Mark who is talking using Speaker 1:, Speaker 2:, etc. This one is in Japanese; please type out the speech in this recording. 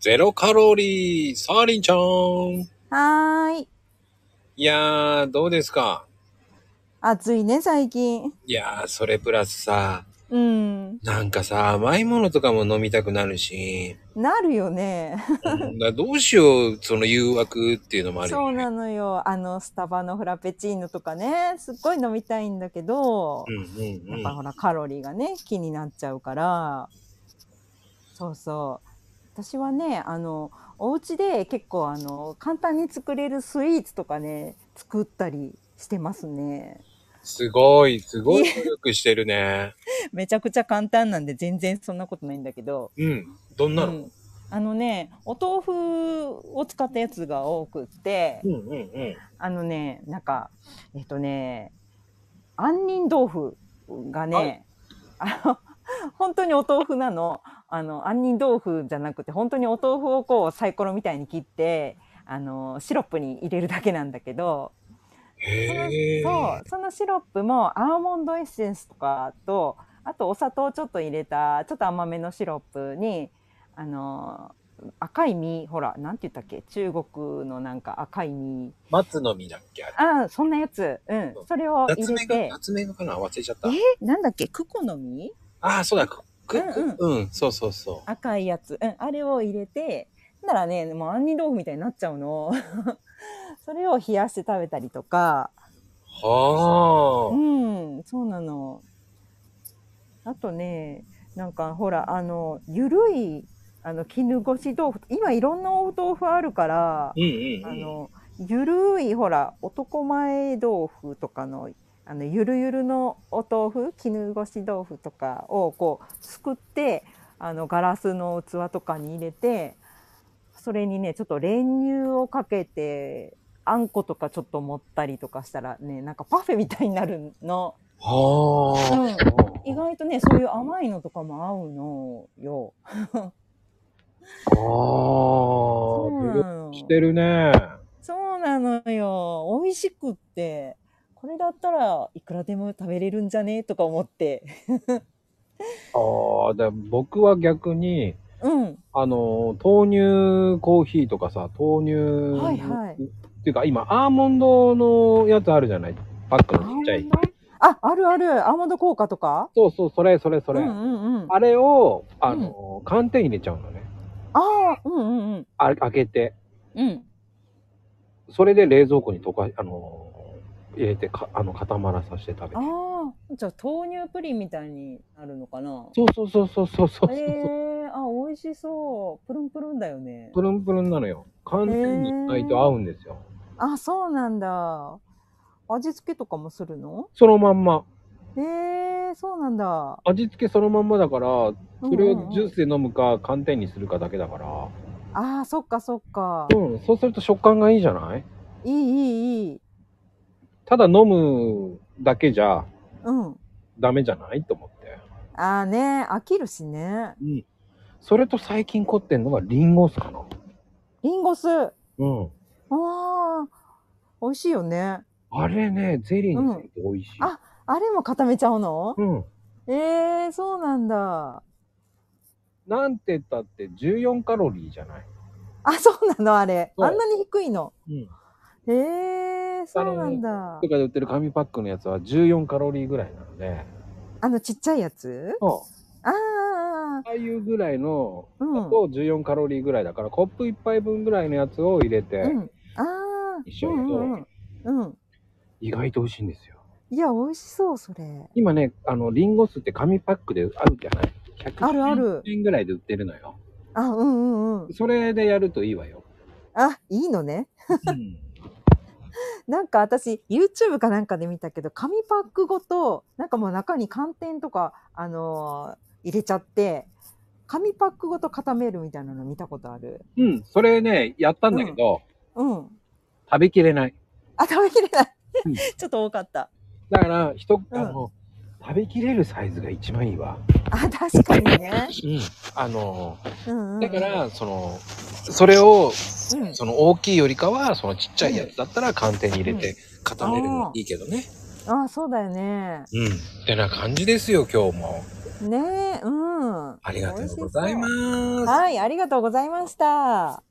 Speaker 1: ゼロカロリー、サーリンちゃん。
Speaker 2: はーい。
Speaker 1: いやー、どうですか
Speaker 2: 暑いね、最近。
Speaker 1: いやー、それプラスさ、
Speaker 2: うん。
Speaker 1: なんかさ、甘いものとかも飲みたくなる し、
Speaker 2: なるよね。
Speaker 1: うんだどうしよう、その誘惑っていうのもある
Speaker 2: そ
Speaker 1: よ
Speaker 2: う
Speaker 1: ね。
Speaker 2: なのよ。あの、スタバのフラペチーノとかね、すっごい飲みたいんだけど、
Speaker 1: うんうん
Speaker 2: やっ
Speaker 1: う
Speaker 2: ぱ
Speaker 1: ん。
Speaker 2: ほら、カロリーがね、気になっちゃうから。そうそう。私はね、あの、お家で結構、あの、簡単に作れるスイーツとかね、作ったりしてますね。
Speaker 1: すごい、すごい努力してるね。
Speaker 2: めちゃくちゃ簡単なんで、全然そんなことないんだけど。
Speaker 1: うん。どんなの
Speaker 2: うん、あのねお豆腐を使ったやつが多くって
Speaker 1: うんうんうん。
Speaker 2: あのねなんかえっとね杏仁豆腐がね、あの本当にお豆腐なのあの杏仁豆腐じゃなくて本当にお豆腐をこうサイコロみたいに切ってあのシロップに入れるだけなんだけど
Speaker 1: へえ。
Speaker 2: そうそのシロップもアーモンドエッセンスとかとあとお砂糖ちょっと入れたちょっと甘めのシロップにあの赤い実ほらなんて言ったっけ中国のなんか赤い実
Speaker 1: 松の実だっけあれ。
Speaker 2: ああそんなやつうんそれを入
Speaker 1: 夏
Speaker 2: れ
Speaker 1: 目が、
Speaker 2: て
Speaker 1: 夏目がかな忘れちゃった。
Speaker 2: えなんだっけクコの実
Speaker 1: ああ、そうだ。く、く、
Speaker 2: うん
Speaker 1: うん、そうそうそう。
Speaker 2: 赤いやつ、うん、あれを入れてならねもう杏仁豆腐みたいになっちゃうの それを冷やして食べたりとか
Speaker 1: はあ。
Speaker 2: うん、そうなの。あとね、なんかほら、あの、ゆるい、あの、絹ごし豆腐、今いろんなお豆腐あるから
Speaker 1: う、んうんうん。
Speaker 2: あの、ゆるい、ほら、男前豆腐とかの、あの、ゆるゆるのお豆腐、絹ごし豆腐とかをこう、すくって、あの、ガラスの器とかに入れて、それにね、ちょっと練乳をかけて、あんことかちょっと盛ったりとかしたらね、なんかパフェみたいになるの。
Speaker 1: は
Speaker 2: うん
Speaker 1: あ。
Speaker 2: 意外とね、そういう甘いのとかも合うのよ。
Speaker 1: あ
Speaker 2: そう
Speaker 1: あ、
Speaker 2: な
Speaker 1: 努力
Speaker 2: の
Speaker 1: してるね。
Speaker 2: そうなのよ。美味しくって。これだったらいくらでも食べれるんじゃねとか思って。
Speaker 1: ああ、だ僕は逆に、
Speaker 2: うん。
Speaker 1: あの、豆乳コーヒーとかさ、豆乳、
Speaker 2: はいはい
Speaker 1: っていうか今、アーモンドのやつあるじゃないパックのちっちゃい。
Speaker 2: あ、あるある。アーモンド効果とか
Speaker 1: そうそう、それそれそれ。
Speaker 2: うんうんうん。あ
Speaker 1: あれを、あの、寒天入れちゃうのね。
Speaker 2: あー、うんうんうん。
Speaker 1: あ開けて。
Speaker 2: うん。
Speaker 1: それで冷蔵庫に溶かし、あの、入れてか、あの、固まらさせて食べて。
Speaker 2: ああ、じゃあ豆乳プリンみたいになるのかな
Speaker 1: そうそうそうそうそうそう。
Speaker 2: ええー、あ、美味しそう。プルンプルンだよね。
Speaker 1: プルンプルンなのよ。寒天にないと合うんですよ。
Speaker 2: あ、そうなんだ。味付けとかもするの
Speaker 1: そのまんま。
Speaker 2: ええー、そうなんだ。
Speaker 1: 味付けそのまんまだから、
Speaker 2: うん
Speaker 1: それ
Speaker 2: うんう
Speaker 1: を
Speaker 2: ん
Speaker 1: ジュースで飲むか寒天にするかだけだから。
Speaker 2: ああ、そっかそっか。
Speaker 1: うん、そうすると食感がいいじゃない
Speaker 2: いいいいいい。
Speaker 1: ただ飲むだけじゃ
Speaker 2: うん。
Speaker 1: ダメじゃないと思って。
Speaker 2: ああね、飽きるしね。
Speaker 1: うん。それと最近凝ってんのがリンゴ酢かな。
Speaker 2: リンゴ酢。あ
Speaker 1: うん。
Speaker 2: あ、美味しいよね。
Speaker 1: あれね、ゼリーにすると美味しい。
Speaker 2: ああれも固めちゃうの
Speaker 1: うん。
Speaker 2: ええー、そうなんだ。
Speaker 1: なんて言ったって14カロリーじゃない。
Speaker 2: あ、そうなのあれ。
Speaker 1: そう
Speaker 2: あんなに低いの。
Speaker 1: うん。
Speaker 2: ええー、そうなんだ
Speaker 1: と。かで売ってる紙パックのやつは14カロリーぐらいなので。
Speaker 2: あのちっちゃいやつ
Speaker 1: そう。
Speaker 2: ああ、
Speaker 1: ああいうぐらいの、
Speaker 2: うん
Speaker 1: だと14カロリーぐらいだから、コップ1杯分ぐらいのやつを入れて、
Speaker 2: うん。ああ、
Speaker 1: 一緒
Speaker 2: う
Speaker 1: に
Speaker 2: ん
Speaker 1: どう
Speaker 2: うんうん。うん。
Speaker 1: 意外と美味しいんですよ。
Speaker 2: いや、美味しそう、それ。
Speaker 1: 今ね、あの、リンゴ酢って紙パックであるじゃない
Speaker 2: あるある
Speaker 1: ?100 円ぐらいで売ってるのよ。
Speaker 2: あ、うんうんうん。
Speaker 1: それでやるといいわよ。
Speaker 2: あ、いいのね。
Speaker 1: うん
Speaker 2: なんか私、YouTube かなんかで見たけど、紙パックごと、なんかもう中に寒天とか、あのー入れちゃって、紙パックごと固めるみたいなの見たことある。
Speaker 1: うん、それね、やったんだけど、
Speaker 2: うん。
Speaker 1: 食べきれない。
Speaker 2: あ、食べきれない
Speaker 1: うん。
Speaker 2: ちょっと多かった。
Speaker 1: だから、人、
Speaker 2: うん
Speaker 1: あの、食べきれるサイズが一番いいわ。
Speaker 2: あ、確かにね。
Speaker 1: うん。あの、
Speaker 2: うん、うん。
Speaker 1: だか、ら、その、それを
Speaker 2: うん。
Speaker 1: その大きいよりかは、そのちっちゃいやつだったら寒天に入れて固めるのがいいけどね。
Speaker 2: あ、そうだよね。
Speaker 1: うん。ってな感じですよ、今日も。
Speaker 2: ねえ、うん。
Speaker 3: ありがとうございます。
Speaker 2: はい、ありがとうございました。